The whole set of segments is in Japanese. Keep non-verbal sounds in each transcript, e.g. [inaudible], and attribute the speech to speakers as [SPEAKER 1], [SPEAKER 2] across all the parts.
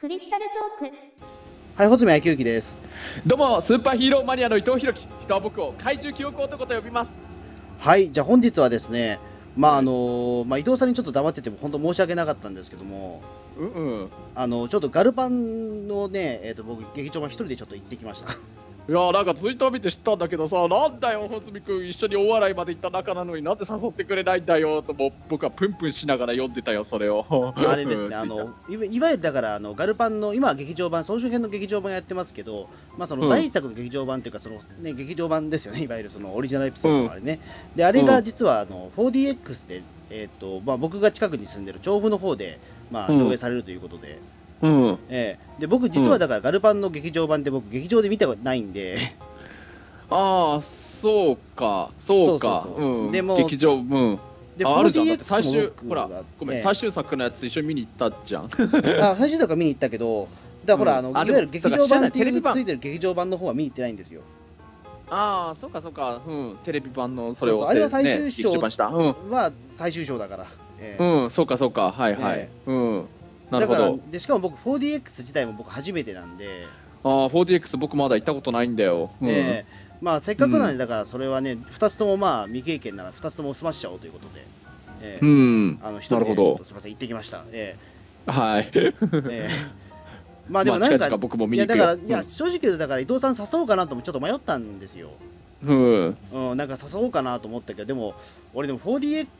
[SPEAKER 1] クリスタルトーク
[SPEAKER 2] はい、ほつめ野球機です。
[SPEAKER 3] どうもスーパーヒーローマニアの伊藤博樹人は僕を怪獣記憶男と呼びます
[SPEAKER 2] はい、じゃあ本日はですね、まああのまあ、伊藤さんにちょっと黙ってても本当申し訳なかったんですけども、
[SPEAKER 3] うんうん
[SPEAKER 2] あのちょっとガルパンのね、えー、と僕、劇場版一人でちょっと行ってきました。
[SPEAKER 3] [laughs] いやーなんかツイッター見て知ったんだけどさなんだよ穂積君一緒に大笑いまで行った仲なのになんで誘ってくれないんだよともう僕はプンプンしながら読んでたよそれを
[SPEAKER 2] [laughs] あれですね、
[SPEAKER 3] うん
[SPEAKER 2] あ
[SPEAKER 3] ツイッター
[SPEAKER 2] のいわいわゆるだからあのガルパンの、今は劇場版、総集編の劇場版やってますけど、まあ、そうの
[SPEAKER 3] ん
[SPEAKER 2] 第一作の劇場版というか、そのね、劇場版ですよね、いわゆるそのオリジナルエピソードのあれね。で、あれが実はあの 4DX で、えーとまあ、僕が近くに住んでる調布の方で、まあ、
[SPEAKER 3] うん
[SPEAKER 2] 上映されるということで。
[SPEAKER 3] うん
[SPEAKER 2] ええ、で僕、実はだから、ガルパンの劇場版で僕、劇場で見たことないん
[SPEAKER 3] [laughs]
[SPEAKER 2] で、
[SPEAKER 3] ああそうかそうか
[SPEAKER 2] そうそううそうんでも
[SPEAKER 3] 劇場うん
[SPEAKER 2] で
[SPEAKER 3] ああるじゃんだって
[SPEAKER 2] 4DX
[SPEAKER 3] 最
[SPEAKER 2] も
[SPEAKER 3] 終
[SPEAKER 2] 僕
[SPEAKER 3] ほら
[SPEAKER 2] が
[SPEAKER 3] ごめん、
[SPEAKER 2] ええ
[SPEAKER 3] 最終作のやつ一緒に見に行ったじゃん
[SPEAKER 2] [laughs] あ最終作は見に行ったけど、だからほら、
[SPEAKER 3] うん
[SPEAKER 2] あの
[SPEAKER 3] あ
[SPEAKER 2] い
[SPEAKER 3] で
[SPEAKER 2] わ
[SPEAKER 3] も
[SPEAKER 2] ゆる劇場版って
[SPEAKER 3] そうか知らないテレ
[SPEAKER 2] い
[SPEAKER 3] ビ
[SPEAKER 2] う
[SPEAKER 3] 版
[SPEAKER 2] ついてる劇場版の方は見に行ってないんですよ。
[SPEAKER 3] ああそうかそうかうんテレビ版のそれ
[SPEAKER 2] そう
[SPEAKER 3] を
[SPEAKER 2] そうあれは最終
[SPEAKER 3] ね
[SPEAKER 2] 章
[SPEAKER 3] 劇場版したうん
[SPEAKER 2] は最終章だから。ええ
[SPEAKER 3] うん、そうかそうか、はいはい。
[SPEAKER 2] え
[SPEAKER 3] うん。なる
[SPEAKER 2] だ
[SPEAKER 3] ほ
[SPEAKER 2] から
[SPEAKER 3] ど。
[SPEAKER 2] でしかも僕 4DX 自体も僕初めてなんで、
[SPEAKER 3] ああ、4DX 僕まだ行ったことないんだよ。うん
[SPEAKER 2] ええまあ、せっかくなんでだからそれはね2つともまあ未経験なら2つとも済ましちゃおうということで、ええ
[SPEAKER 3] うん。
[SPEAKER 2] あの一人で
[SPEAKER 3] なるほ
[SPEAKER 2] ち
[SPEAKER 3] ど
[SPEAKER 2] ょっとすみません行ってきました、え
[SPEAKER 3] はい。 [laughs]
[SPEAKER 2] えええまあでも
[SPEAKER 3] まあ
[SPEAKER 2] なん
[SPEAKER 3] 近
[SPEAKER 2] か、
[SPEAKER 3] 々僕も見
[SPEAKER 2] いや
[SPEAKER 3] に行く
[SPEAKER 2] だ
[SPEAKER 3] よ。
[SPEAKER 2] から、いや正直言うとだから伊藤さん誘おうかなともちょっと迷ったんですよ、
[SPEAKER 3] うん。
[SPEAKER 2] うん、なんか誘おうかなと思ったけどでも俺でも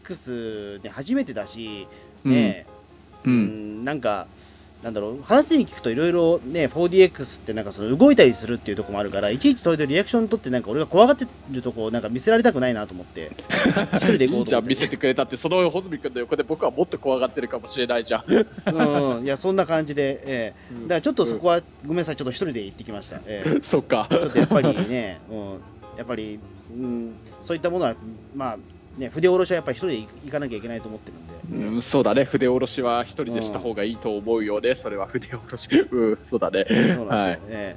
[SPEAKER 2] 4DX ね初めてだし
[SPEAKER 3] うん
[SPEAKER 2] ね
[SPEAKER 3] う。
[SPEAKER 2] うんなんかなんだろう話に聞くといろいろね 4DX ってなんかその動いたりするっていうところもあるからいちいちそれでリアクション取ってなんか俺が怖がってるとこをなんか見せられたくないなと思って
[SPEAKER 3] [laughs]
[SPEAKER 2] 一人で行
[SPEAKER 3] い
[SPEAKER 2] こ
[SPEAKER 3] いうじ
[SPEAKER 2] と
[SPEAKER 3] ゃ
[SPEAKER 2] 思っ
[SPEAKER 3] ん見
[SPEAKER 2] て
[SPEAKER 3] せてくれたってその穂積君の横で僕はもっと怖がってるかもしれないじ
[SPEAKER 2] [laughs]
[SPEAKER 3] ゃ
[SPEAKER 2] う
[SPEAKER 3] ん。
[SPEAKER 2] んうんいやそんな感じで、ええだからちょっとそこは、ごめんなさいちょっと一人で行ってきました、ええ
[SPEAKER 3] そっか。
[SPEAKER 2] ちょっとやっぱりね、 [laughs] うん、やっぱり、うん、そういったものは、まあね、筆下ろしはやっぱり一人で行かなきゃいけないと思ってるんで、
[SPEAKER 3] うん、そうだね筆下ろしは一人でした方がいいと思うよね、それは筆下ろし、うん、そうだね、
[SPEAKER 2] そうなん
[SPEAKER 3] は
[SPEAKER 2] で
[SPEAKER 3] い
[SPEAKER 2] すよ、ええ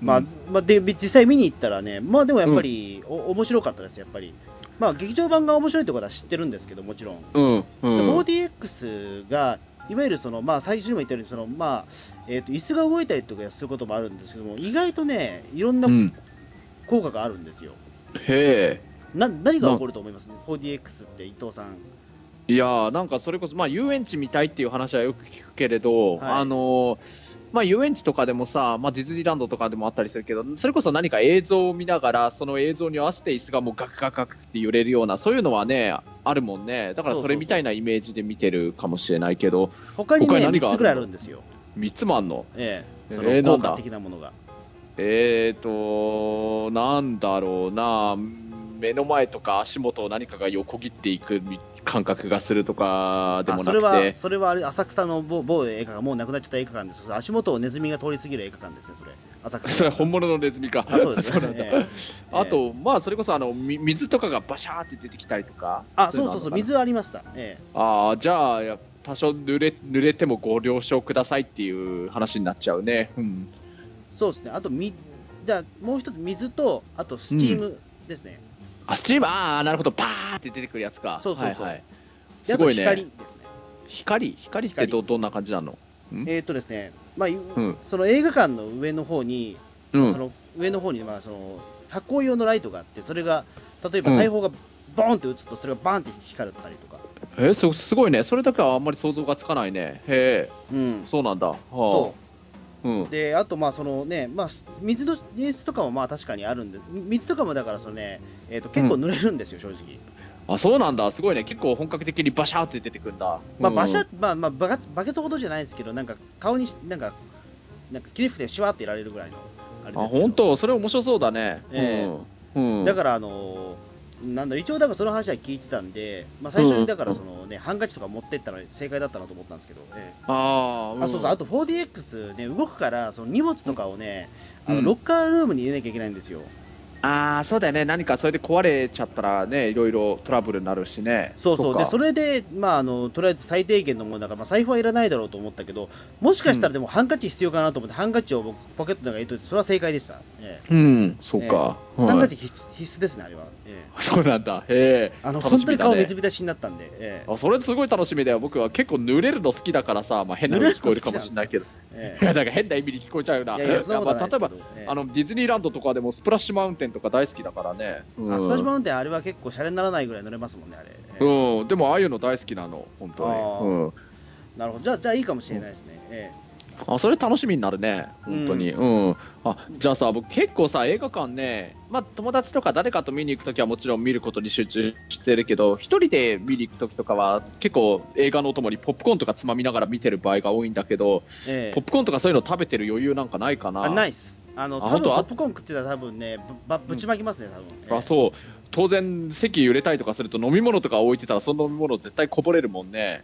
[SPEAKER 3] うん
[SPEAKER 2] まあまあ、で実際見に行ったらね、まあでもやっぱり、お面白かったです、やっぱり。まあ劇場版が面白いってことは知ってるんですけど、もちろん。
[SPEAKER 3] うん、
[SPEAKER 2] で
[SPEAKER 3] うん、
[SPEAKER 2] 4DX がいわゆるその、まあ、最初にも言ったようにその、まあえー、と椅子が動いたりとかすることもあるんですけども意外とねいろんな
[SPEAKER 3] うん、へ
[SPEAKER 2] 効果があるんですよ、
[SPEAKER 3] え
[SPEAKER 2] な何が起こると思いますね 4DX って伊藤さん
[SPEAKER 3] いやーなんかそれこそ、まあ、遊園地みたいっていう話はよく聞くけれ
[SPEAKER 2] は
[SPEAKER 3] ど、
[SPEAKER 2] い
[SPEAKER 3] あのーまあ、遊園地とかでもさ、まあ、ディズニーランドとかでもあったりするけどそれこそ何か映像を見ながらその映像に合わせて椅子がもうガクガクガクって揺れるようなそういうのはねあるもんねだから
[SPEAKER 2] そうそうそう
[SPEAKER 3] それみたいなイメージで見てるかもしれないけど
[SPEAKER 2] 他にね
[SPEAKER 3] 他に何があ
[SPEAKER 2] 3
[SPEAKER 3] るの
[SPEAKER 2] つぐらいあるんですよ、
[SPEAKER 3] 3つもあんの
[SPEAKER 2] ええ、そ
[SPEAKER 3] えー
[SPEAKER 2] の効
[SPEAKER 3] なん
[SPEAKER 2] 果
[SPEAKER 3] だ
[SPEAKER 2] 的なものが、
[SPEAKER 3] えーとなんだろうな目の前とか足元を何かが横切っていく感覚がするとかで
[SPEAKER 2] あ
[SPEAKER 3] も
[SPEAKER 2] そ
[SPEAKER 3] な
[SPEAKER 2] れ
[SPEAKER 3] く
[SPEAKER 2] は
[SPEAKER 3] て
[SPEAKER 2] それはあれ浅草の某某映画館もうなくなっちゃった映画館です足元をネズミが通り過ぎる映画館ですねそれ浅草
[SPEAKER 3] [laughs] そ [laughs] れは本物のネズミか
[SPEAKER 2] あそうですねええ
[SPEAKER 3] あと、まあ、それこそあのみ水とかがバシャーって出てきたりとか、
[SPEAKER 2] あそうそうそう
[SPEAKER 3] いの
[SPEAKER 2] 水ありました、え
[SPEAKER 3] あるのかなあー、じゃあ、や多少濡れ濡れてもご了承くださいっていう話になっちゃうね。うん、
[SPEAKER 2] え、そうですねあとみじゃあもう一つ水とあとスチームですね、
[SPEAKER 3] あスチーム、ああ、なるほど、バーって出てくるやつか。
[SPEAKER 2] そうそうそう
[SPEAKER 3] はいはい、
[SPEAKER 2] であ
[SPEAKER 3] す
[SPEAKER 2] と
[SPEAKER 3] ごいね。
[SPEAKER 2] 光
[SPEAKER 3] 光
[SPEAKER 2] ですね。
[SPEAKER 3] 光光ってどどんな感じなの
[SPEAKER 2] えっ、とですね、まあ、い
[SPEAKER 3] ん
[SPEAKER 2] その映画館の上の方に、
[SPEAKER 3] う
[SPEAKER 2] そ
[SPEAKER 3] ん。
[SPEAKER 2] の上の方にまあその発光用のライトがあって、それが例えば
[SPEAKER 3] うん
[SPEAKER 2] 大砲がボーンって撃つとそれがバーンって光ったりとか。
[SPEAKER 3] えー、すすごいね。それだけはあんまり想像がつかないね。へえ、
[SPEAKER 2] うん。
[SPEAKER 3] そうなんだ。はあ、。
[SPEAKER 2] そう
[SPEAKER 3] うん
[SPEAKER 2] う。であとまあそのねまあ水の演出とかもまあ確かにあるんで水とかもだからそのねえっ、と結構濡れるんですよ、正直
[SPEAKER 3] あ、そうなんだ。すごいね。結構本格的にバシャーって出てくるんだ。
[SPEAKER 2] まあ
[SPEAKER 3] うん
[SPEAKER 2] バシャ、まあまあバカツバケツほどじゃないですけどなんか顔にしなんかなんか霧吹きでシュワっていられるぐらいのあれです
[SPEAKER 3] あ、
[SPEAKER 2] けど
[SPEAKER 3] 本当。それ面白そうだね。
[SPEAKER 2] え
[SPEAKER 3] うん。うん。
[SPEAKER 2] だからあのーなんだ一応だからその話は聞いてたんで、まあ、最初にだからそのね、ハンカチとか持ってったら正解だったなと思ったんですけど、ええ
[SPEAKER 3] あー、ん
[SPEAKER 2] あそうそうあと 4DX ね動くからその荷物とかをね、あ
[SPEAKER 3] う
[SPEAKER 2] の
[SPEAKER 3] ん
[SPEAKER 2] ロッカールームに入れなきゃいけないんですよ、
[SPEAKER 3] あーそうだよね何かそれで壊れちゃったらねいろいろトラブルになるしね
[SPEAKER 2] そうそう
[SPEAKER 3] か
[SPEAKER 2] でそれでまああのとりあえず最低限のものだから、まあ、財布はいらないだろうと思ったけどもしかしたらでもハンカチ必要かなと思って、ハンカチを僕ポケットの中に入れといてそれは正解でした、ええ
[SPEAKER 3] うんそうか、はい
[SPEAKER 2] ハンカチ必必須ですねあれは、ええ
[SPEAKER 3] そうなんだへえ
[SPEAKER 2] あの
[SPEAKER 3] 楽
[SPEAKER 2] 本
[SPEAKER 3] し
[SPEAKER 2] 当
[SPEAKER 3] み
[SPEAKER 2] に
[SPEAKER 3] だ
[SPEAKER 2] 顔
[SPEAKER 3] ね
[SPEAKER 2] 水浸しになったんで、ええ
[SPEAKER 3] あそれすごい楽しみだよ僕は結構濡れるの好きだからさ、まあ、変なの聞こえるかもしれないけど [laughs]
[SPEAKER 2] ええ
[SPEAKER 3] いやだから変な意味に聞こえちゃうな。
[SPEAKER 2] えいやいや、そんなことは
[SPEAKER 3] [laughs] ま
[SPEAKER 2] な
[SPEAKER 3] あ
[SPEAKER 2] いです
[SPEAKER 3] 例え
[SPEAKER 2] け
[SPEAKER 3] ば
[SPEAKER 2] ど、ええ
[SPEAKER 3] あのディズニーランドとかでもスプラッシュマウンテンとか大好きだからね。うん
[SPEAKER 2] あスパッシュマウンテンあれは結構シャレにならないぐらい乗れますもんねあれ、ええ
[SPEAKER 3] うん、でもああいうの大好きなの、本
[SPEAKER 2] あー
[SPEAKER 3] 当
[SPEAKER 2] なるほどじゃあじゃあいいかもしれないですね、え
[SPEAKER 3] に。うん、あそれ楽しみになるね、本当に。うん、あじゃあさ、僕、結構さ、映画館ね、まあ、友達とか誰かと見に行くときはもちろん見ることに集中してるけど、一人で見に行くときとかは、結構映画のお供にポップコーンとかつまみながら見てる場合が多いんだけど、
[SPEAKER 2] えええ
[SPEAKER 3] ポップコーンとかそういうの食べてる余裕なんかないかな。
[SPEAKER 2] あないっすあの多
[SPEAKER 3] あ
[SPEAKER 2] 分
[SPEAKER 3] 本当
[SPEAKER 2] ポ
[SPEAKER 3] は
[SPEAKER 2] ップコーン食ってたら多分ねぶばぶちまきますね多分、ええ
[SPEAKER 3] あそう当然席揺れたりとかすると飲み物とか置いてたらその飲み物絶対こぼれるもんね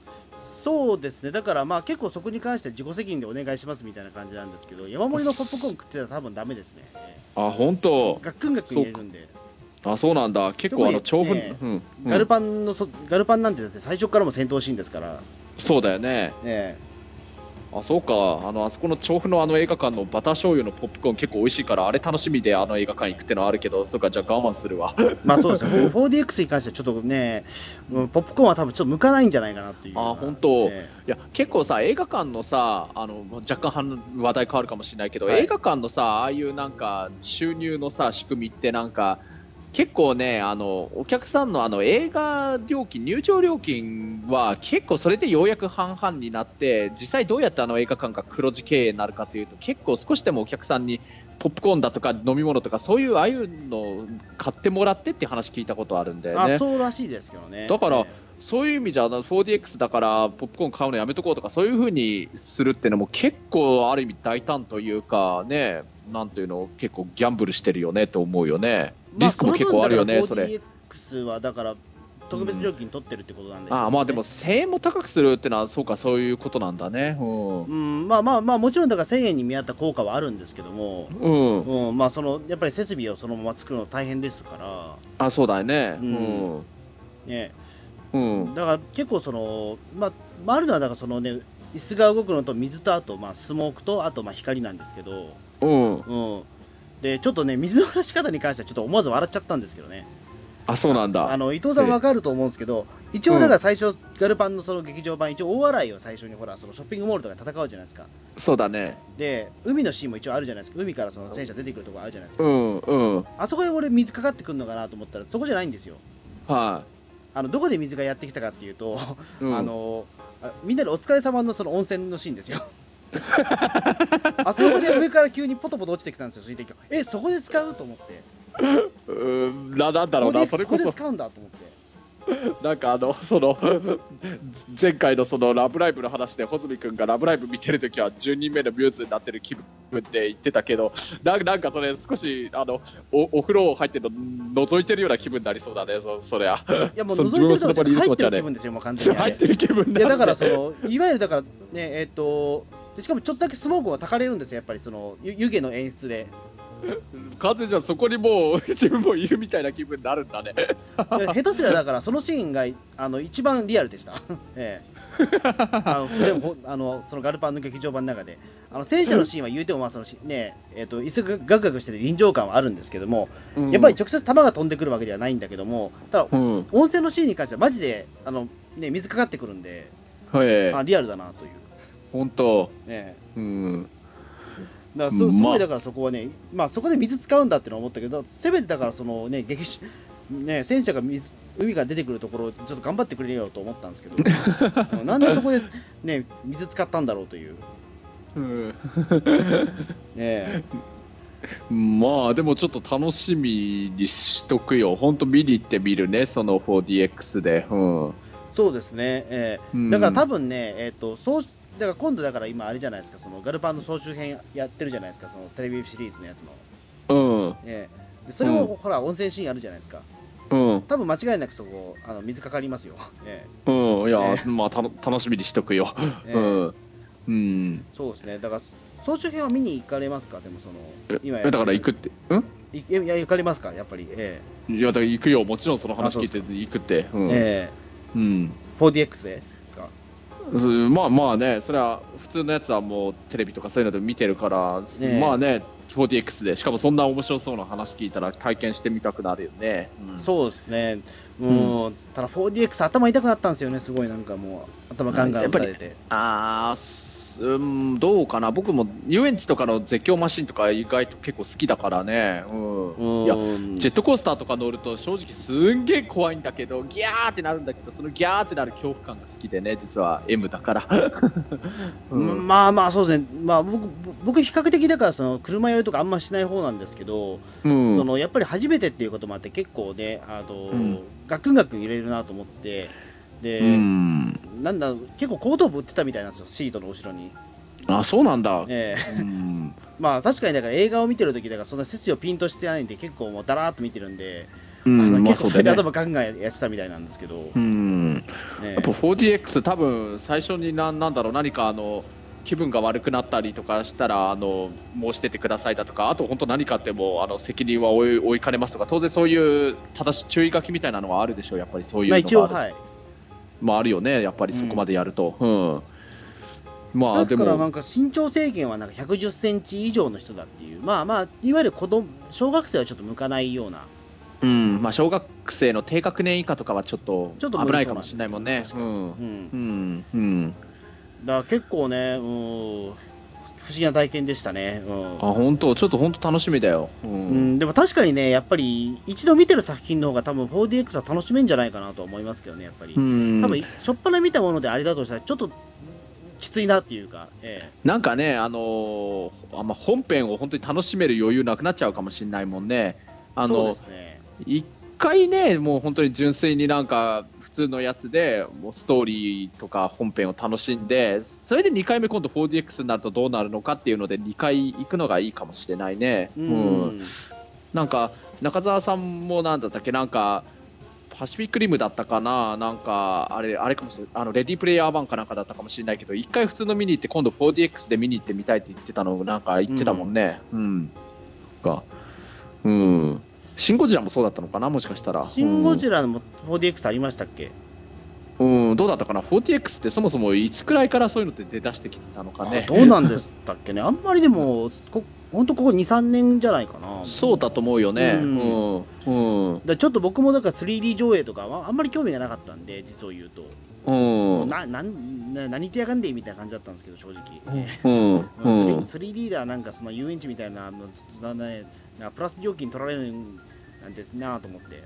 [SPEAKER 2] そうですねだからまあ結構そこに関して自己責任でお願いしますみたいな感じなんですけど山盛りのポップコーン食ってたら多分ダメですね、え
[SPEAKER 3] あ本
[SPEAKER 2] え
[SPEAKER 3] 当
[SPEAKER 2] ガックンガックン入れるんで
[SPEAKER 3] あそうなんだ結構あの長文、
[SPEAKER 2] ね
[SPEAKER 3] うんうん
[SPEAKER 2] ガルパンのそガルパンなんてだって最初からも戦闘シーンですから、
[SPEAKER 3] そうだよね
[SPEAKER 2] え
[SPEAKER 3] あそうかあのあそこの調布のあの映画館のバター醤油のポップコーン結構美味しいからあれ楽しみであの映画館行くってのはあるけどそうかじゃあ我慢するわ
[SPEAKER 2] えまあそうですね 4DX に関してはちょっとねうんポップコーンは多分ちょっと向かないんじゃないかなっていう
[SPEAKER 3] あ本当
[SPEAKER 2] ええ
[SPEAKER 3] いや結構さ映画館のさあの若干話題変わるかもしれないけど、
[SPEAKER 2] はい
[SPEAKER 3] 映画館のさああいうなんか収入のさ仕組みってなんか結構ねあのお客さんのあの映画料金入場料金は結構それでようやく半々になって実際どうやってあの映画館が黒字経営になるかというと結構少しでもお客さんにポップコーンだとか飲み物とかそういうああいうのを買ってもらってって話聞いたことあるんだよ
[SPEAKER 2] あ
[SPEAKER 3] ね。
[SPEAKER 2] そうらしいですけどね
[SPEAKER 3] だから
[SPEAKER 2] え
[SPEAKER 3] そういう意味じゃあの 4DX だからポップコーン買うのやめとこうとかそういう風にするってのも結構ある意味大胆というかねなんていうの結構ギャンブルしてるよねと思うよね
[SPEAKER 2] え
[SPEAKER 3] リスクも結構あるよね、それ
[SPEAKER 2] 4DX はだから特別料金取ってるってことなんでしょうね
[SPEAKER 3] ああまあでも1000円も高くするってのはそうかそういうことなんだねうん、
[SPEAKER 2] うん、まあまあまあもちろんだから1000円に見合った効果はあるんですけども、
[SPEAKER 3] うん、
[SPEAKER 2] うん、まあそのやっぱり設備をそのまま作るの大変ですから、
[SPEAKER 3] あそうだよね
[SPEAKER 2] う
[SPEAKER 3] うんん
[SPEAKER 2] ね、
[SPEAKER 3] うん、
[SPEAKER 2] だから結構そのまあ、まあ、あるのはだからそのね椅子が動くのと水とあとまあスモークとあとまあ光なんですけど、
[SPEAKER 3] うん
[SPEAKER 2] うん、でちょっとね水の出し方に関してはちょっと思わず笑っちゃったんですけどね
[SPEAKER 3] あそうなん
[SPEAKER 2] あ
[SPEAKER 3] だ
[SPEAKER 2] の伊藤さんわかると思うんですけど一応だから最初、ガルパンのその劇場版一応大洗を最初にほらそのショッピングモールとかで戦うじゃないですか
[SPEAKER 3] そうだね
[SPEAKER 2] で海のシーンも一応あるじゃないですか海からその戦車出てくるとこあるじゃないですか
[SPEAKER 3] うんうん
[SPEAKER 2] あそこで俺水かかってくるのかなと思ったらそこじゃないんですよ
[SPEAKER 3] は
[SPEAKER 2] あのどこで水がやってきたかっていうと、
[SPEAKER 3] い、うん、
[SPEAKER 2] あのあみんなでお疲れ様のその温泉のシーンですよあそこで上から急にポトポト落ちてきたんですよ水滴がえそこで使うと思って
[SPEAKER 3] うんななんだろ
[SPEAKER 2] こ
[SPEAKER 3] うな
[SPEAKER 2] で
[SPEAKER 3] それ
[SPEAKER 2] こ
[SPEAKER 3] こ
[SPEAKER 2] こ
[SPEAKER 3] そ
[SPEAKER 2] で使うんだと思って
[SPEAKER 3] なんかあの [laughs] その前回のそのラブライブの話で穂積君がラブライブ見てるときは10人目のミューズになってる気分って言ってたけどななんかそれ少しあのおお風呂入ってるの覗いてるような気分になりそうだねそそりゃ
[SPEAKER 2] いやもう
[SPEAKER 3] そ
[SPEAKER 2] 覗
[SPEAKER 3] の
[SPEAKER 2] いてるとこ
[SPEAKER 3] 自分のその場にいる
[SPEAKER 2] 入
[SPEAKER 3] と
[SPEAKER 2] っ
[SPEAKER 3] こ
[SPEAKER 2] て
[SPEAKER 3] じゃ
[SPEAKER 2] る
[SPEAKER 3] ね
[SPEAKER 2] 気分ですよもう完全にあ
[SPEAKER 3] 入
[SPEAKER 2] れ
[SPEAKER 3] ってる気分
[SPEAKER 2] いやだかららそのいわゆるだからねえっとでしかもちょっとだけスモークがたかれるんですよやっぱりそのゆ湯気の演出で
[SPEAKER 3] 完全じゃそこにもう自分もいるみたいな気分になるんだね
[SPEAKER 2] いや下手すりゃだからそのシーンがあの一番リアルでした、 [laughs] ええ、あの全部ほあのそのガルパンの劇場版の中であの戦車のシーンは言うてもまあそのしねえ、えっと椅子がガクガクしてて臨場感はあるんですけどもやっぱり直接弾が飛んでくるわけではないんだけどもただ
[SPEAKER 3] うん、うん
[SPEAKER 2] 温泉のシーンに関してはマジであの、ね、水かかってくるんで、
[SPEAKER 3] はい
[SPEAKER 2] あリアルだなという、
[SPEAKER 3] 本当
[SPEAKER 2] ええ、
[SPEAKER 3] うん
[SPEAKER 2] だから
[SPEAKER 3] う
[SPEAKER 2] そ
[SPEAKER 3] ん
[SPEAKER 2] すご
[SPEAKER 3] ま
[SPEAKER 2] い
[SPEAKER 3] あ
[SPEAKER 2] だからそこはね、まあ、そこで水使うんだってのは思ったけどせめてだからそのね劇中ね戦車が水海が出てくるところをちょっと頑張ってくれよと思ったんですけど
[SPEAKER 3] [laughs]
[SPEAKER 2] うんなんでそこでね水使ったんだろうという、ね
[SPEAKER 3] うん
[SPEAKER 2] え、
[SPEAKER 3] まあでもちょっと楽しみにしとくよ。本当見に行ってみるね、その 4DX で。うん。
[SPEAKER 2] そうですね、ええ
[SPEAKER 3] うん
[SPEAKER 2] だから多分ねえっ、とそうだから今度だから今あれじゃないですかそのガルパンの総集編やってるじゃないですかそのテレビシリーズのやつの、
[SPEAKER 3] うん。
[SPEAKER 2] ええでそれも、
[SPEAKER 3] う
[SPEAKER 2] ほら温泉シーンあるじゃないですか
[SPEAKER 3] うん。
[SPEAKER 2] 多分間違いなくそこあの水かかりますよ、え
[SPEAKER 3] うん。いや、
[SPEAKER 2] ね
[SPEAKER 3] まあたの楽しみにしとくよ。
[SPEAKER 2] えええ
[SPEAKER 3] うん。うん。
[SPEAKER 2] そうですね、だから総集編は見に行かれますか、でもその今や
[SPEAKER 3] えだから行くって。うん
[SPEAKER 2] いいや行かれますか、やっぱり、え
[SPEAKER 3] いや、だから行くよ。もちろんその話聞いて
[SPEAKER 2] あ
[SPEAKER 3] 行くって。う
[SPEAKER 2] え
[SPEAKER 3] ん。
[SPEAKER 2] え
[SPEAKER 3] うん。
[SPEAKER 2] え 4DX でですか、
[SPEAKER 3] うんまあまあね、それは普通のやつはもうテレビとかそういうので見てるから、
[SPEAKER 2] え
[SPEAKER 3] まあね、4DX で、しかもそんな面白そうな話聞いたら体験してみたくなるよね。うん
[SPEAKER 2] そうですね、もう、ただ 4DX、頭痛くなったんですよね、すごいなんかもう、頭ガンガン打たれて、
[SPEAKER 3] あーすうんどうかな僕も遊園地とかの絶叫マシンとか意外と結構好きだからね、うん、いや
[SPEAKER 2] うん
[SPEAKER 3] ジェットコースターとか乗ると正直すんげえ怖いんだけどギャーってなるんだけどそのギャーってなる恐怖感が好きでね実は M だから、うん
[SPEAKER 2] まあまあ [laughs] そうですね、まあ、僕僕比較的だからその車酔いとかあんましない方なんですけど、
[SPEAKER 3] うん
[SPEAKER 2] そのやっぱり初めてっていうこともあって結構ねあの、
[SPEAKER 3] うん
[SPEAKER 2] ガクンガクン入れるなと思ってで、
[SPEAKER 3] うん
[SPEAKER 2] なんだ結構後頭部打ってたみたいなんですよシートの後ろに、
[SPEAKER 3] あそうなんだ、
[SPEAKER 2] ええ
[SPEAKER 3] うん
[SPEAKER 2] まあ確かにだから映画を見てる時だからそんな節をピンとしてないんで結構もうだらーっと見てるんで、
[SPEAKER 3] う
[SPEAKER 2] あの
[SPEAKER 3] ん、まあ
[SPEAKER 2] 結
[SPEAKER 3] そ
[SPEAKER 2] 構
[SPEAKER 3] う
[SPEAKER 2] それ
[SPEAKER 3] だ
[SPEAKER 2] で
[SPEAKER 3] よね
[SPEAKER 2] 頭ガンガンやってたみたいなんですけ
[SPEAKER 3] [laughs]
[SPEAKER 2] ど、
[SPEAKER 3] うん
[SPEAKER 2] え
[SPEAKER 3] やっぱ 4DX 多分最初に何なんだろう何かあの気分が悪くなったりとかしたらあの申し出てくださいだとかあと本当何かあってもあの責任は負い負いかねますとか当然そういう正し注意書きみたいなのはあるでしょうやっぱりそう
[SPEAKER 2] え
[SPEAKER 3] いう
[SPEAKER 2] まあ、
[SPEAKER 3] の
[SPEAKER 2] 一応
[SPEAKER 3] もある,、
[SPEAKER 2] はい
[SPEAKER 3] まあ、あるよねやっぱりそこまでやると、うんまあで
[SPEAKER 2] だからな
[SPEAKER 3] も
[SPEAKER 2] んか身長制限はなんか1 1 0ンチ以上の人だっていうまあまあいわゆる子供小学生はちょっと向かないような
[SPEAKER 3] うんまあ、小学生の低学年以下とかはちょっと
[SPEAKER 2] ちょっと
[SPEAKER 3] 危ないかもしれないもん
[SPEAKER 2] 無
[SPEAKER 3] ね
[SPEAKER 2] 理
[SPEAKER 3] う
[SPEAKER 2] そ
[SPEAKER 3] ん
[SPEAKER 2] うん
[SPEAKER 3] うんうん
[SPEAKER 2] だから結構ねうん不思議な体験でしたねうん
[SPEAKER 3] あ本当ちょっと本当楽しみだよう、
[SPEAKER 2] うんん、でも確かにね、やっぱり一度見てる作品の方が多分 4DX は楽しめんじゃないかなとは思いますけどね、やっぱり。
[SPEAKER 3] うん
[SPEAKER 2] 多分、しょっぱな見たものであれだとしたら、ちょっときついなっていうか、え
[SPEAKER 3] なんかね、あのーあんま本編を本当に楽しめる余裕なくなっちゃうかもしれないもんね。
[SPEAKER 2] え
[SPEAKER 3] あ
[SPEAKER 2] そう
[SPEAKER 3] の
[SPEAKER 2] ですね。
[SPEAKER 3] 一回ね、もう本当に純粋になんか普通のやつで、もうストーリーとか本編を楽しんで、それで2回目今度 4DX になるとどうなるのかっていうので2回行くのがいいかもしれないね。
[SPEAKER 2] う
[SPEAKER 3] うん
[SPEAKER 2] ん。
[SPEAKER 3] なんか中澤さんもなんだったっけなんかパシフィックリムだったかななんかあれあれかもしれあのレディープレイヤー版かなんかだったかもしれないけど一回普通の見に行って今度 4DX で見に行ってみたいって言ってたのなんか言ってたもんねうんがうんシン・ゴジラもそうだったのかなもしかしたら
[SPEAKER 2] シン・ゴジラも 4DX ありましたっけ
[SPEAKER 3] うん、うんどうだったかな 4DX ってそもそもいつくらいからそういうのって出だしてきてたのかね
[SPEAKER 2] あどうなんでしたっけね。あんまりでも、こほんとここ2、3年じゃないかな。
[SPEAKER 3] そうだと思うよね
[SPEAKER 2] う
[SPEAKER 3] うんうん
[SPEAKER 2] だからちょっと僕もだから 3D 上映とかはあんまり興味がなかったんで、実を言うと。
[SPEAKER 3] うん
[SPEAKER 2] ななんな何言ってやがんでいみたいな感じだったんですけど、正直。ええ
[SPEAKER 3] うん
[SPEAKER 2] う
[SPEAKER 3] うんん
[SPEAKER 2] 3D だなんかその遊園地みたいなあのなねなプラス料金取られるなんてなと思って、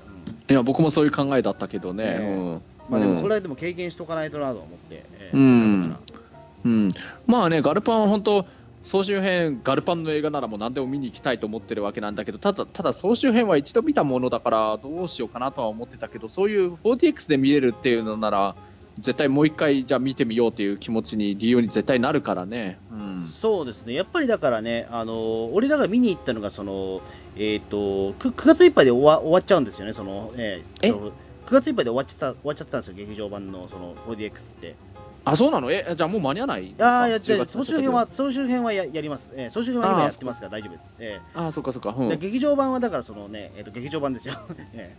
[SPEAKER 2] うん
[SPEAKER 3] いや僕もそういう考えだったけどね、
[SPEAKER 2] ねえ
[SPEAKER 3] うん
[SPEAKER 2] まあで
[SPEAKER 3] う
[SPEAKER 2] も
[SPEAKER 3] ん
[SPEAKER 2] これはでも経験しとかないとなと思って、ええ
[SPEAKER 3] うん
[SPEAKER 2] せっかくだか
[SPEAKER 3] うん、まあねガルパンは本当総集編ガルパンの映画ならもう何でも見に行きたいと思ってるわけなんだけどただただ総集編は一度見たものだからどうしようかなとは思ってたけどそういう 4DX で見れるっていうのなら絶対もう一回じゃあ見てみようっていう気持ちに理由に絶対なるからね、う
[SPEAKER 2] ら
[SPEAKER 3] ん、
[SPEAKER 2] そうですねやっぱりだからねあの俺だから見に行ったのがそのえっ、と 9, 月いっぱいで終わ終わっちゃうんですよねそのええ
[SPEAKER 3] え
[SPEAKER 2] 9月いっぱいで終わっちゃった終わっちゃったんですよ劇場版のその 4DX って
[SPEAKER 3] あそうなのえじゃあもう間に合わない
[SPEAKER 2] ああやっ
[SPEAKER 3] 10
[SPEAKER 2] ちゃう
[SPEAKER 3] 月
[SPEAKER 2] 総集編は総集編はややります、ええ総集編は今やってますから大丈夫です、ええ
[SPEAKER 3] あそっかそっか、うん
[SPEAKER 2] で劇場版はだからそのね、えっと劇場版ですよ。 [laughs] え